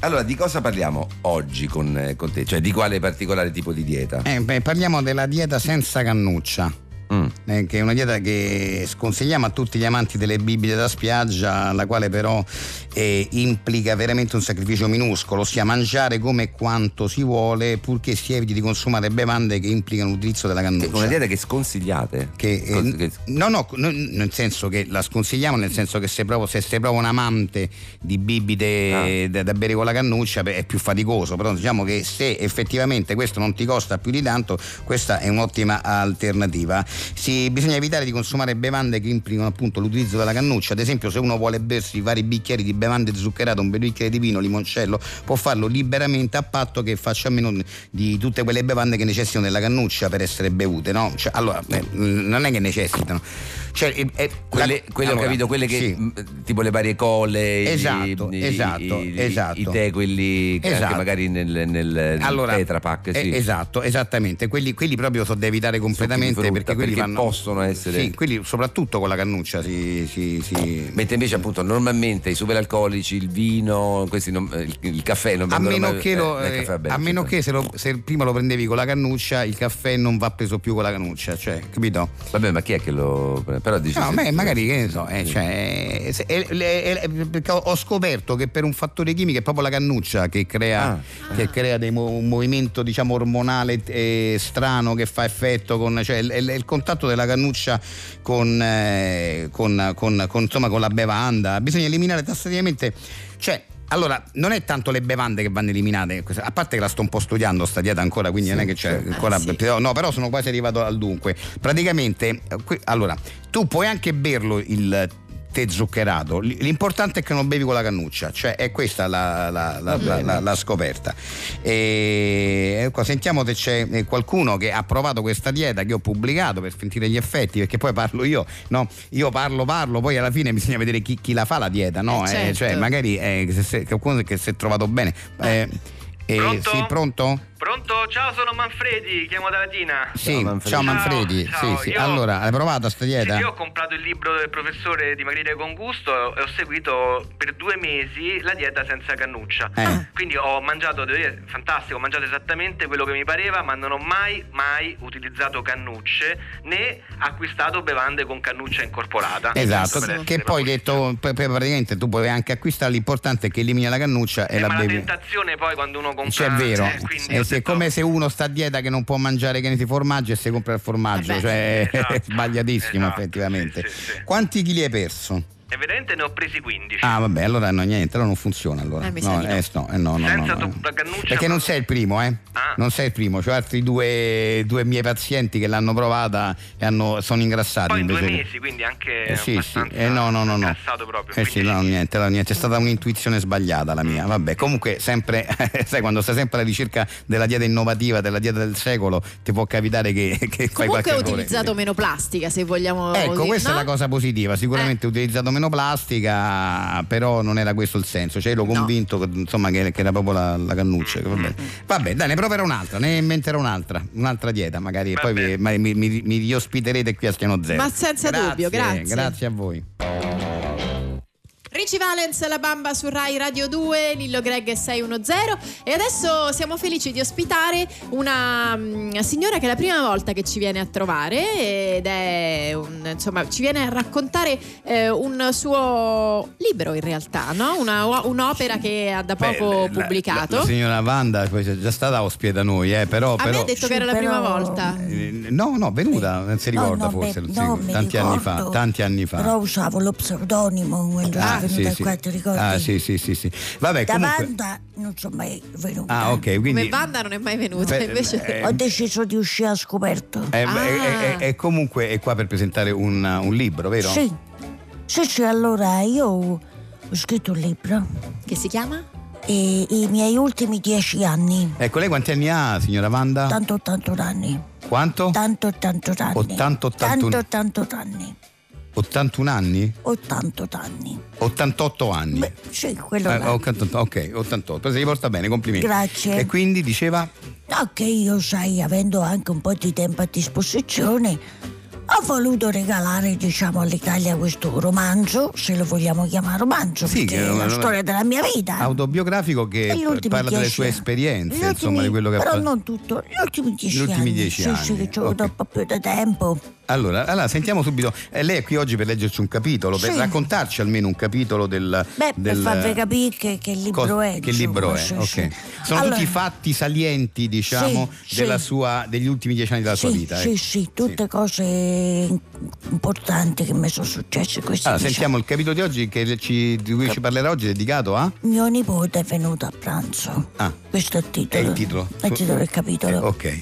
Speaker 3: Allora, di cosa parliamo oggi con, eh, con te? Cioè, di quale particolare tipo di dieta?
Speaker 2: Eh, beh, parliamo della dieta senza cannuccia.
Speaker 3: Mm.
Speaker 2: eh, che è una dieta che sconsigliamo a tutti gli amanti delle bibite da spiaggia, la quale però eh, implica veramente un sacrificio minuscolo, ossia mangiare come e quanto si vuole, purché si eviti di consumare bevande che implicano l'utilizzo della cannuccia.
Speaker 3: Una dieta che sconsigliate?
Speaker 2: Che,
Speaker 3: Cos-
Speaker 2: eh, No, no, no, nel senso che la sconsigliamo, nel senso che se, proprio, se sei proprio un amante di bibite eh, da, da bere con la cannuccia beh, è più faticoso, però diciamo che se effettivamente questo non ti costa più di tanto, questa è un'ottima alternativa. Si- bisogna evitare di consumare bevande che implicano appunto l'utilizzo della cannuccia, ad esempio se uno vuole bersi vari bicchieri di bevande zuccherate, un bel bicchiere di vino, limoncello, può farlo liberamente a patto che faccia a meno di tutte quelle bevande che necessitano della cannuccia per essere bevute, no? Cioè, allora, eh, non è che necessitano. Cioè, eh, eh,
Speaker 3: Quelle,
Speaker 2: la-
Speaker 3: quelle ho
Speaker 2: allora,
Speaker 3: capito, quelle che.
Speaker 2: sì.
Speaker 3: mh, tipo le varie colle. gli-
Speaker 2: Esatto,
Speaker 3: gli-
Speaker 2: esatto,
Speaker 3: i-
Speaker 2: esatto.
Speaker 3: I tè, quelli che
Speaker 2: Esatto.
Speaker 3: anche magari nel, nel
Speaker 2: Allora,
Speaker 3: Tetra Pak, sì.
Speaker 2: Eh, esatto, esattamente. Quelli, quelli proprio so da evitare completamente
Speaker 3: frutta,
Speaker 2: perché quelli
Speaker 3: perché
Speaker 2: fanno-
Speaker 3: possono essere-
Speaker 2: Sì, quelli soprattutto con la cannuccia si. si, si-
Speaker 3: Mentre invece appunto normalmente i superalcolici, il vino, questi non- eh, il, il caffè non
Speaker 2: A
Speaker 3: vengono
Speaker 2: meno,
Speaker 3: mai-
Speaker 2: che, lo-
Speaker 3: eh, nel
Speaker 2: eh,
Speaker 3: caffè vabbè,
Speaker 2: a meno che se, lo- se prima lo prendevi con la cannuccia, il caffè non va preso più con la cannuccia, cioè, capito?
Speaker 3: Vabbè, ma chi è che lo prende? Però dici,
Speaker 2: No,
Speaker 3: diciamo, se-
Speaker 2: beh, magari che ne so, eh, cioè, eh, se- eh, le- eh, perché ho ho scoperto che per un fattore chimico è proprio la cannuccia che crea, che crea dei mo- un movimento diciamo, ormonale eh, strano che fa effetto, con, cioè il, il- il contatto della cannuccia con, eh, con- con- con, insomma, con la bevanda. Bisogna eliminare tassativamente. Cioè, allora, non è tanto le bevande che vanno eliminate, questa- a parte che la sto un po' studiando sta dieta ancora, quindi non è che c'è ancora. però- no, però sono quasi arrivato al dunque. Praticamente, eh, qui- allora, tu puoi anche berlo il tè zuccherato. L- L'importante è che non bevi con la cannuccia, cioè è questa la, la- la- la- la- la scoperta. E ecco, sentiamo se c'è eh, qualcuno che ha provato questa dieta che ho pubblicato per sentire gli effetti, perché poi parlo io, no? Io parlo, parlo, poi alla fine bisogna vedere chi, chi la fa la dieta, no?
Speaker 17: Eh,
Speaker 2: Eh,
Speaker 17: certo.
Speaker 2: cioè, magari eh, se- se- qualcuno che si è trovato bene. Eh, eh,
Speaker 16: Pronto?
Speaker 2: Sì, pronto?
Speaker 16: Pronto? Ciao, sono Manfredi, chiamo da Latina.
Speaker 2: Sì, ciao Manfredi. Sì, sì. Allora, hai provato sta dieta?
Speaker 16: Io ho comprato il libro del professore Dimagrire con gusto e ho seguito per due mesi la dieta senza cannuccia.
Speaker 2: Eh.
Speaker 16: Quindi ho mangiato, devo dire, fantastico, ho mangiato esattamente quello che mi pareva, ma non ho mai, mai utilizzato cannucce né acquistato bevande con cannuccia incorporata.
Speaker 2: Esatto,
Speaker 16: Per essere
Speaker 2: che poi detto poi- poi praticamente tu puoi anche acquistare, l'importante è che elimini la cannuccia e la
Speaker 16: Eh, ma la
Speaker 2: bevi.
Speaker 16: tentazione poi quando uno compra
Speaker 2: Cioè, è vero,
Speaker 16: eh, quindi
Speaker 2: Eh,
Speaker 16: ho
Speaker 2: sì, è
Speaker 16: detto-
Speaker 2: come se uno sta a dieta che non può mangiare che ne si formaggio e si compra il formaggio,
Speaker 16: Vabbè.
Speaker 2: cioè è
Speaker 16: Esatto,
Speaker 2: sbagliatissimo
Speaker 16: esatto,
Speaker 2: effettivamente. Quanti chili hai perso?
Speaker 16: evidentemente ne ho presi 15
Speaker 2: Ah vabbè, allora no, niente, allora non funziona allora.
Speaker 16: Eh, mi sa
Speaker 2: no,
Speaker 16: di no.
Speaker 2: eh, no, eh, no, no,
Speaker 16: Senza
Speaker 2: no, no.
Speaker 16: troppa cannuccia,
Speaker 2: Perché non sei il primo, eh?
Speaker 16: Ah.
Speaker 2: Non sei il primo, c'ho altri due, due miei pazienti che l'hanno provata e hanno- sono ingrassati
Speaker 16: poi in due
Speaker 2: invece che-
Speaker 16: mesi quindi anche
Speaker 2: Eh, sì, sì.
Speaker 16: abbastanza
Speaker 2: Eh, no, no, no, no.
Speaker 16: incassato proprio Mm.
Speaker 2: Eh, sì, no, niente, no, niente, è stata un'intuizione sbagliata la mia. Vabbè, comunque sempre, sai, quando stai sempre alla ricerca della dieta innovativa, della dieta del secolo, ti può capitare che, che fai qualche
Speaker 1: Comunque ho
Speaker 2: errore.
Speaker 1: utilizzato meno plastica, se vogliamo.
Speaker 2: Ecco,
Speaker 1: dire,
Speaker 2: questa
Speaker 1: no?
Speaker 2: è la cosa positiva. Sicuramente
Speaker 1: Eh.
Speaker 2: ho utilizzato meno plastica, però non era questo il senso. Cioè, ero convinto che, insomma, che, che era proprio la, la cannuccia. che
Speaker 1: Mm,
Speaker 2: Vabbè. Vabbè, dai, ne proverò un'altra, ne inventerò un'altra, un'altra dieta, magari. E poi vi- ma- mi, mi- mi riospiterete qui a Stiano Zero.
Speaker 1: Ma senza dubbio, grazie.
Speaker 2: Grazie a voi.
Speaker 1: Richie Valens, la bamba su Rai Radio 2, Lillo Greg 610 e adesso siamo felici di ospitare una mm, signora che è la prima volta che ci viene a trovare ed è un- insomma ci viene a raccontare eh, un suo libro in realtà, no? Una- un'opera che ha da poco
Speaker 2: Beh, la-
Speaker 1: pubblicato.
Speaker 2: La, la signora Wanda poi è già stata ospite da noi, eh, però.
Speaker 1: a me
Speaker 2: però-
Speaker 1: ha detto che era la prima volta.
Speaker 2: Eh, No, no, venuta, non si
Speaker 7: No,
Speaker 2: ricorda
Speaker 7: no,
Speaker 2: forse,
Speaker 7: beh,
Speaker 2: sì,
Speaker 7: no, mi
Speaker 2: tanti anni fa,
Speaker 7: ricordo.
Speaker 2: tanti anni fa. Ah,
Speaker 7: Però usavo lo pseudonimo quando sono
Speaker 2: sì,
Speaker 7: venuta
Speaker 2: sì.
Speaker 7: qua, ti ricordi?
Speaker 2: Ah, sì, sì, sì, sì. Vabbè,
Speaker 7: da
Speaker 2: comunque
Speaker 7: Wanda non sono mai venuta.
Speaker 2: Ah, ok, quindi
Speaker 1: Come Wanda non è mai venuta,
Speaker 2: Beh,
Speaker 1: invece
Speaker 2: eh,
Speaker 7: Ho deciso di uscire a scoperto.
Speaker 2: eh, eh, eh, eh, comunque è qua per presentare un, un libro, vero?
Speaker 7: Sì. Sì, sì, allora io ho scritto un libro.
Speaker 1: Che si chiama?
Speaker 7: E, I miei ultimi dieci anni.
Speaker 2: Ecco, lei quanti anni ha, signora Wanda?
Speaker 7: Tanto, tanto anni.
Speaker 2: Quanto?
Speaker 7: Tanto,
Speaker 2: Oh,
Speaker 7: tanto anni.
Speaker 2: 80, 81.
Speaker 7: Tanto, tanto Oh, anni.
Speaker 2: 81 anni?
Speaker 7: 80 anni.
Speaker 2: 88 anni.
Speaker 7: Sì, quello
Speaker 2: Eh,
Speaker 7: là.
Speaker 2: ottantotto- ok, 88. Si porta bene, complimenti.
Speaker 7: Grazie.
Speaker 2: E quindi diceva?
Speaker 7: No, che io, sai, avendo anche un po' di tempo a disposizione, ho voluto regalare, diciamo, all'Italia questo romanzo, se lo vogliamo chiamare romanzo, perché
Speaker 2: che
Speaker 7: è la
Speaker 2: non-
Speaker 7: storia della mia vita.
Speaker 2: Autobiografico che
Speaker 7: Ah. E gli ultimi
Speaker 2: parla delle
Speaker 7: dieci
Speaker 2: sue
Speaker 7: anni.
Speaker 2: esperienze,
Speaker 7: Gli
Speaker 2: insomma,
Speaker 7: ultimi-
Speaker 2: di quello che ha
Speaker 7: Però
Speaker 2: fatto.
Speaker 7: non tutto, gli ultimi dieci
Speaker 2: Gli ultimi
Speaker 7: anni.
Speaker 2: dieci
Speaker 7: sì,
Speaker 2: anni,
Speaker 7: sì, che ci ho avuto un po' più di tempo.
Speaker 2: Allora, allora, sentiamo subito. Eh, lei è qui oggi per leggerci un capitolo, per
Speaker 7: Sì.
Speaker 2: raccontarci almeno un capitolo del.
Speaker 7: Beh, per
Speaker 2: del-
Speaker 7: farvi capire che, che libro
Speaker 2: cos-
Speaker 7: è.
Speaker 2: Che
Speaker 7: insomma,
Speaker 2: libro è?
Speaker 7: sì,
Speaker 2: ok.
Speaker 7: sì.
Speaker 2: Sono
Speaker 7: Allora-
Speaker 2: tutti fatti salienti, diciamo,
Speaker 7: Sì,
Speaker 2: della
Speaker 7: sì.
Speaker 2: sua- degli ultimi dieci anni della sua
Speaker 7: Sì,
Speaker 2: vita.
Speaker 7: sì,
Speaker 2: ecco.
Speaker 7: sì, tutte cose importanti che mi sono successe questi
Speaker 2: Allora,
Speaker 7: dieci
Speaker 2: sentiamo il capitolo di oggi che ci- di cui ci parlerà oggi, è dedicato a.
Speaker 7: Mio nipote è venuto a pranzo.
Speaker 2: Ah.
Speaker 7: Questo è il
Speaker 2: È
Speaker 7: titolo.
Speaker 2: il titolo.
Speaker 7: È il titolo del capitolo.
Speaker 2: Eh, ok.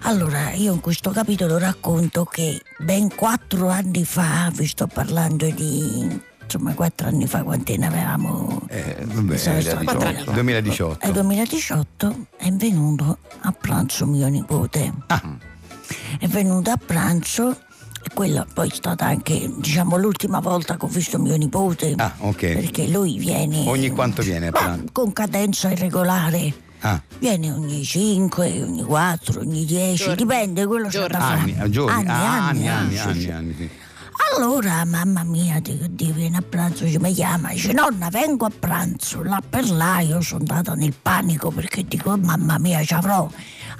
Speaker 7: Allora, io in questo capitolo racconto che ben quattro anni fa, vi sto parlando di... insomma, quattro anni fa, quanti ne avevamo?
Speaker 2: Eh, vabbè,
Speaker 7: Sarà stato
Speaker 2: 2018. 2018.
Speaker 7: Nel 2018 è venuto a pranzo mio nipote.
Speaker 2: Ah.
Speaker 7: È venuto a pranzo e quella poi è stata anche, diciamo, l'ultima volta che ho visto mio nipote.
Speaker 2: Ah, ok.
Speaker 7: Perché lui viene-
Speaker 2: Ogni quanto viene a pranzo?
Speaker 7: Con cadenza irregolare.
Speaker 2: Ah.
Speaker 7: Viene ogni 5, ogni 4, ogni 10, dipende quello che da fare.
Speaker 2: Anni, giorni, ah, anni, anni,
Speaker 7: sì,
Speaker 2: anni,
Speaker 7: sì.
Speaker 2: anni, sì.
Speaker 7: Allora mamma mia di, di viene a pranzo ci mi chiama dice nonna vengo a pranzo là per là io sono andata nel panico perché dico mamma mia ci avrò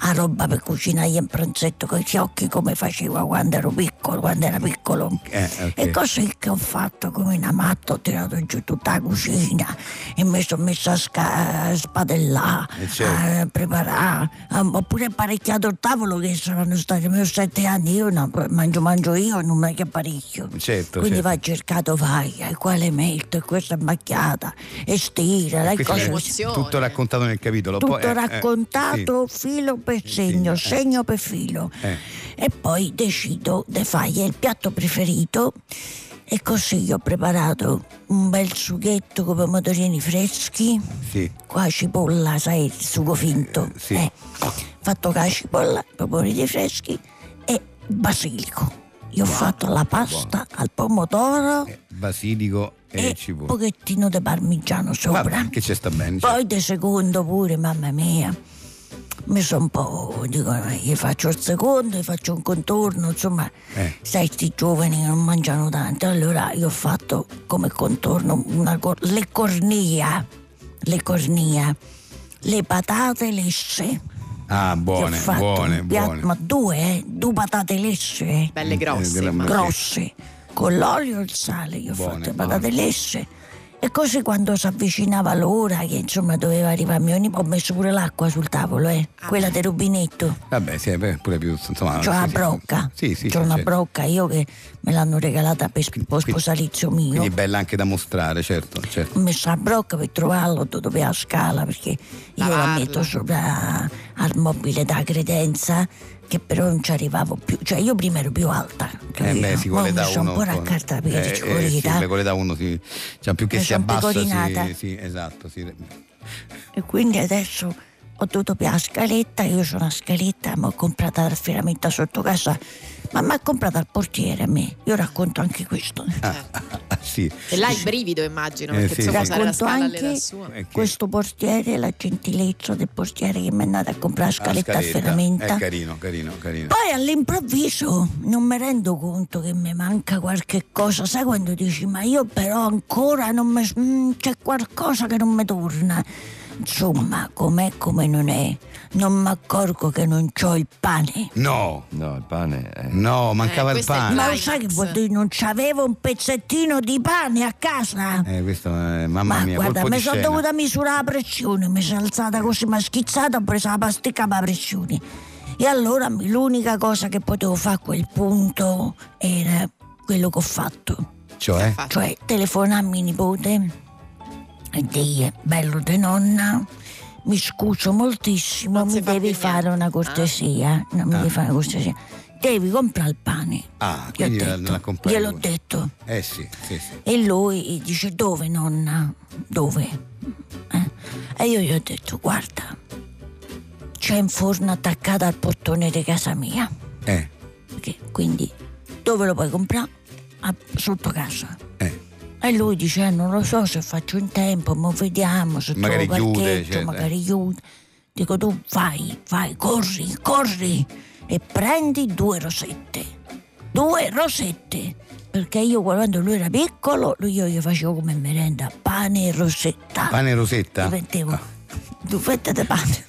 Speaker 7: la roba per cucinare il pranzetto con i fiocchi come facevo quando ero piccolo quando era piccolo
Speaker 2: Eh, ok.
Speaker 7: e così che ho fatto come una matta ho tirato giù tutta la cucina e mi sono messa a, sca- a spadellare
Speaker 2: Eh, certo.
Speaker 7: a preparare Ah, ho pure apparecchiato il tavolo che saranno stati i miei sette anni io no, mangio mangio io non mi che apparecchio
Speaker 2: Certo,
Speaker 7: quindi
Speaker 2: certo.
Speaker 7: va cercato vai, eh, quale metto e questa è macchiata e stira le
Speaker 2: Questo è
Speaker 7: cose
Speaker 2: tutto raccontato nel capitolo.
Speaker 7: tutto
Speaker 2: Poi, eh, eh,
Speaker 7: raccontato filo per segno, segno per filo.
Speaker 2: Eh.
Speaker 7: E poi decido di fare il piatto preferito. E così io ho preparato un bel sughetto con pomodorini freschi,
Speaker 2: Sì.
Speaker 7: qua cipolla, sai, il sugo finto.
Speaker 2: sì.
Speaker 7: eh. Fatto con la cipolla, pomodorini freschi e basilico. Io ho fatto la pasta al pomodoro,
Speaker 2: Eh, Basilico e,
Speaker 7: un
Speaker 2: cipolla.
Speaker 7: pochettino di parmigiano sopra.
Speaker 2: eh, Vabbè, che ci sta bene. cioè.
Speaker 7: Poi di secondo pure, mamma mia. Mi sono un po'. dico, gli faccio il secondo, gli faccio un contorno, insomma,
Speaker 2: Eh.
Speaker 7: sai, sti giovani che non mangiano tanto. Allora io ho fatto come contorno una cor- le cornia, le cornia, le patate lesse.
Speaker 2: Ah, buone,
Speaker 7: Gli ho fatto
Speaker 2: buone,
Speaker 7: un piatto-
Speaker 2: buone.
Speaker 7: Ma due, eh, due patate lesse. eh.
Speaker 1: Belle grosse,
Speaker 2: della- immagino.
Speaker 7: Grosse, con l'olio e il sale. Io ho
Speaker 2: Buone,
Speaker 7: fatto le
Speaker 2: buone.
Speaker 7: patate lesse. E così quando si avvicinava l'ora, che insomma doveva arrivare mio nipoti, ho messo pure l'acqua sul tavolo, eh. quella del rubinetto.
Speaker 2: Vabbè, sì, beh, pure più. Insomma,
Speaker 7: C'ho una
Speaker 2: Ah, sì, sì.
Speaker 7: brocca.
Speaker 2: Sì, sì,
Speaker 7: C'ho una
Speaker 2: certo.
Speaker 7: brocca io che me l'hanno regalata per sp- per sposalizio mio.
Speaker 2: Quindi è bella anche da mostrare, certo. certo.
Speaker 7: Ho messo la brocca per trovarlo dove a scala perché io la metto sopra al mobile da credenza che però non ci arrivavo più. Cioè io prima ero più alta.
Speaker 2: Eh beh, si
Speaker 7: Mo
Speaker 2: vuole
Speaker 7: mi
Speaker 2: da
Speaker 7: sono
Speaker 2: uno.
Speaker 7: ancora
Speaker 2: con-
Speaker 7: accatapiti,
Speaker 2: eh, eh,
Speaker 7: ci
Speaker 2: sì,
Speaker 7: corrida.
Speaker 2: le vuole da uno, sì. Cioè, più che
Speaker 7: Mi
Speaker 2: si
Speaker 7: son
Speaker 2: abbassa.
Speaker 7: pecorinata.
Speaker 2: Sì, sì, esatto. Sì.
Speaker 7: E quindi adesso ho dovuto più la scaletta, io sono una scaletta, ma ho comprata l'affidamento sotto casa, ma mi ha comprata il portiere a me. Io racconto anche questo.
Speaker 2: Ah, sì.
Speaker 1: E là il brivido, immagino,
Speaker 2: Eh,
Speaker 1: perché
Speaker 2: sì,
Speaker 1: insomma
Speaker 2: sì. Eh.
Speaker 1: usare la
Speaker 7: Racconto
Speaker 1: scala
Speaker 7: anche-
Speaker 1: alle da sua.
Speaker 7: Questo portiere, la gentilezza del portiere che mi è andata a comprare la scaletta,
Speaker 2: Ah,
Speaker 7: afferramenta.
Speaker 2: È carino, carino, carino.
Speaker 7: Poi all'improvviso non mi rendo conto che mi manca qualche cosa, sai quando dici ma io però ancora non mi... mm, c'è qualcosa che non mi torna. Insomma, com'è come non è, non mi accorgo che non ho il pane.
Speaker 2: No.
Speaker 3: No, il pane. eh,
Speaker 2: No, mancava il pane.
Speaker 7: Ma lo sai che vuol dire? Non c'avevo un pezzettino di pane a casa?
Speaker 2: Eh, questo, eh, mamma
Speaker 7: Ma
Speaker 2: mia,
Speaker 7: guarda,
Speaker 2: colpo
Speaker 7: mi
Speaker 2: di
Speaker 7: sono
Speaker 2: scena.
Speaker 7: dovuta misurare la pressione, mi sono alzata così, mi ha schizzata, ho preso la pasticca per la pressione. E allora mi- l'unica cosa che potevo fare a quel punto era quello che ho fatto,
Speaker 2: Cioè?
Speaker 7: cioè telefonare a mio nipote e dire, bello di nonna, mi scuso moltissimo, mi devi fare una cortesia, no, mi
Speaker 2: Ah.
Speaker 7: devi fare una cortesia, devi comprare il pane.
Speaker 2: Ah, quindi la- non la compagno.
Speaker 7: Gliel'ho detto.
Speaker 2: Eh sì, sì, sì.
Speaker 7: E lui dice dove nonna? Dove? Eh? E io gli ho detto guarda, c'è un forno attaccato al portone di casa mia.
Speaker 2: Eh.
Speaker 7: Perché, quindi dove lo puoi comprare? A- sotto casa. E lui dice eh, non lo so se faccio in tempo, ma vediamo se
Speaker 2: Magari
Speaker 7: trovo
Speaker 2: chiude,
Speaker 7: parcheggio,
Speaker 2: certo, eh.
Speaker 7: magari chiude. Dico tu vai, vai, corri, corri e prendi due rosette. Due rosette. Perché io quando lui era piccolo, lui io gli facevo come merenda pane e rosetta.
Speaker 2: Pane e rosetta? Ah.
Speaker 7: Gli mettevo due fette di pane.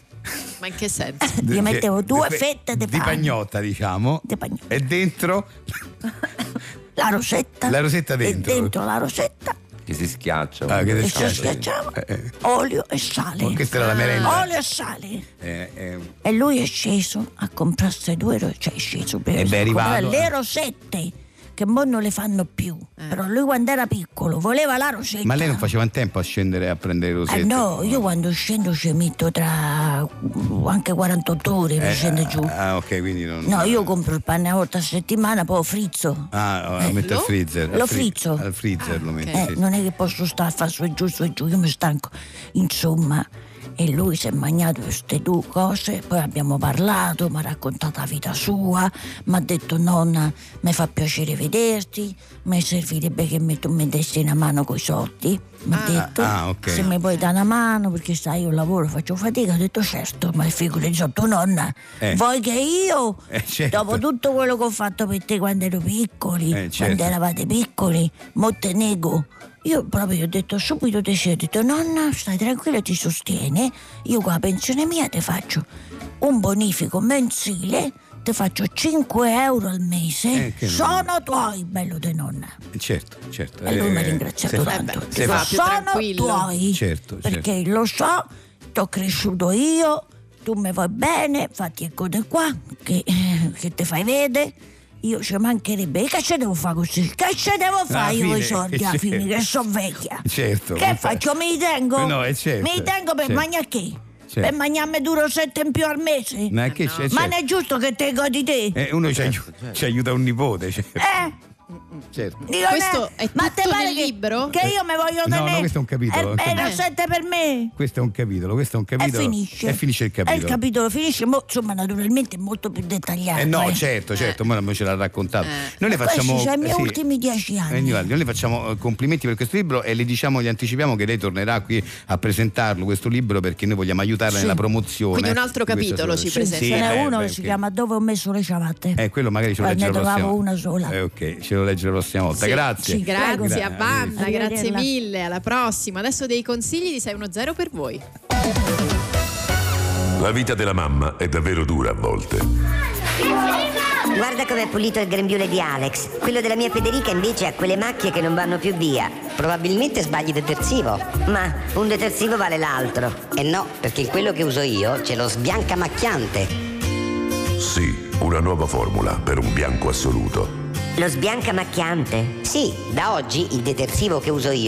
Speaker 1: Ma in che senso?
Speaker 7: Gli mettevo due
Speaker 2: di-
Speaker 7: fette di
Speaker 2: Di
Speaker 7: pane.
Speaker 2: pagnotta, diciamo. E dentro
Speaker 7: La rosetta.
Speaker 2: la rosetta dentro.
Speaker 7: Dentro la rosetta,
Speaker 3: Che si schiaccia.
Speaker 2: Ah, che
Speaker 7: si
Speaker 2: si schiaccia.
Speaker 7: schiacciava.
Speaker 2: Eh, eh.
Speaker 7: olio e sale.
Speaker 2: Oh, questa era la merenda.
Speaker 7: Olio e sale.
Speaker 2: Eh, eh,
Speaker 7: E lui è sceso a comprarsi due rosette. Cioè è sceso per
Speaker 2: Eh beh, è
Speaker 7: a comprare
Speaker 2: arrivato, eh.
Speaker 7: le rosette. Che mo non le fanno più. Però lui quando era piccolo voleva la rosetta.
Speaker 2: Ma lei non faceva in tempo a scendere a prendere le rosette?
Speaker 7: Eh no, io quando scendo ci metto tra uh, anche 48 ore per
Speaker 2: Eh,
Speaker 7: scendere giù.
Speaker 2: Ah, ok, quindi non.
Speaker 7: No, io compro il pane una volta a settimana, poi lo frizzo.
Speaker 2: Ah,
Speaker 7: Eh,
Speaker 2: lo metto al
Speaker 7: lo-
Speaker 2: freezer. al
Speaker 7: lo
Speaker 2: fri-
Speaker 7: frizzo.
Speaker 2: Al freezer lo metti.
Speaker 7: Eh,
Speaker 2: sì.
Speaker 7: non è che posso stare a fare su e giù, su e giù, io mi stanco. Insomma, e lui si è mangiato queste due cose, poi abbiamo parlato, mi ha raccontato la vita sua, mi ha detto nonna, mi fa piacere vederti, mi servirebbe che mi- tu mi dessi una mano coi soldi, mi ha detto,
Speaker 2: ah, ok.
Speaker 7: se mi puoi dare una mano perché sai io lavoro, faccio fatica, ho detto certo, ma figurati, sono tua nonna,
Speaker 2: Eh.
Speaker 7: vuoi che io,
Speaker 2: Eh, certo.
Speaker 7: dopo tutto quello che ho fatto per te quando ero piccoli,
Speaker 2: Eh, certo.
Speaker 7: quando eravate piccoli, mo te nego. Io proprio gli ho detto subito ti sei, ho detto nonna stai tranquilla ti sostiene, io con la pensione mia ti faccio un bonifico mensile, ti faccio 5 euro al mese,
Speaker 2: Eh, che
Speaker 7: sono tuoi, bello de nonna.
Speaker 2: Certo, certo.
Speaker 7: E lui mi ha
Speaker 2: se
Speaker 7: ringraziato
Speaker 2: fa-
Speaker 7: tanto.
Speaker 2: se
Speaker 7: Dico,
Speaker 2: fa-
Speaker 7: sono tuoi.
Speaker 2: Certo, certo.
Speaker 7: Perché lo so, t'ho cresciuto io, tu mi vuoi bene, fatti eccode qua, che, che te fai vedere. Io ci mancherebbe, che ce devo fare così? Che ce devo fare io con i
Speaker 2: Ah, fine,
Speaker 7: soldi alla
Speaker 2: certo.
Speaker 7: fine che sono vecchia?
Speaker 2: Certo.
Speaker 7: Che faccio? Mi tengo?
Speaker 2: No, è certo,
Speaker 7: Mi tengo per
Speaker 2: certo.
Speaker 7: mangiare che?
Speaker 2: Sì.
Speaker 7: per mangiarmi due rosette in più al mese?
Speaker 2: Ma che c'è-
Speaker 7: Ma
Speaker 2: c'è?
Speaker 7: non è giusto che te godi te?
Speaker 2: Eh, uno ci, aiu- ci aiuta un nipote, certo.
Speaker 7: Eh?
Speaker 2: certo.
Speaker 7: Dico,
Speaker 1: Questo
Speaker 7: è ma te pare che, che io mi voglio
Speaker 2: No, no,
Speaker 7: tenere
Speaker 2: questo è un capitolo,
Speaker 7: E,
Speaker 2: è
Speaker 7: e
Speaker 2: un
Speaker 7: rosette per me?
Speaker 2: Questo è un capitolo, questo è un capitolo.
Speaker 7: E finisce.
Speaker 2: E finisce il
Speaker 7: E
Speaker 2: capitolo.
Speaker 7: il capitolo finisce, mo, insomma, naturalmente è molto più dettagliato.
Speaker 2: Eh no,
Speaker 7: eh.
Speaker 2: certo, certo, ma non ce l'ha raccontato. Noi le
Speaker 7: Ma questi
Speaker 2: facciamo.
Speaker 7: sono i miei
Speaker 2: eh, sì.
Speaker 7: ultimi dieci anni.
Speaker 2: Eh, Nivaldi, noi le facciamo eh, complimenti per questo libro e le diciamo, gli anticipiamo che lei tornerà qui a presentarlo questo libro perché noi vogliamo aiutarla
Speaker 7: Sì.
Speaker 2: nella promozione.
Speaker 1: Quindi un altro
Speaker 2: di questo
Speaker 1: capitolo ci
Speaker 2: solo- Sì,
Speaker 1: presenta.
Speaker 2: sì,
Speaker 7: Ce n'è
Speaker 2: eh,
Speaker 7: uno
Speaker 2: beh,
Speaker 7: che si
Speaker 2: ok.
Speaker 7: chiama Dove ho messo le ciabatte.
Speaker 2: Eh, quello magari ce lo
Speaker 7: Poi
Speaker 2: legge
Speaker 7: ne
Speaker 2: la prossima
Speaker 7: trovavo una sola.
Speaker 2: Eh, ok, ce lo legge la prossima volta.
Speaker 1: Sì,
Speaker 2: grazie.
Speaker 1: sì, grazie a Vanna, grazie
Speaker 7: Arrivederla.
Speaker 1: mille, alla prossima. Adesso dei consigli di 610 per voi.
Speaker 17: La vita della mamma è davvero dura a volte.
Speaker 18: Guarda come è pulito il grembiule di Alex. Quello della mia Federica invece ha quelle macchie che non vanno più via. Probabilmente sbagli detersivo. Ma un detersivo vale l'altro. E no, perché in quello che uso io c'è lo sbiancamacchiante.
Speaker 17: Sì, una nuova formula per un bianco assoluto.
Speaker 18: Lo sbiancamacchiante? Sì, da oggi il detersivo che uso io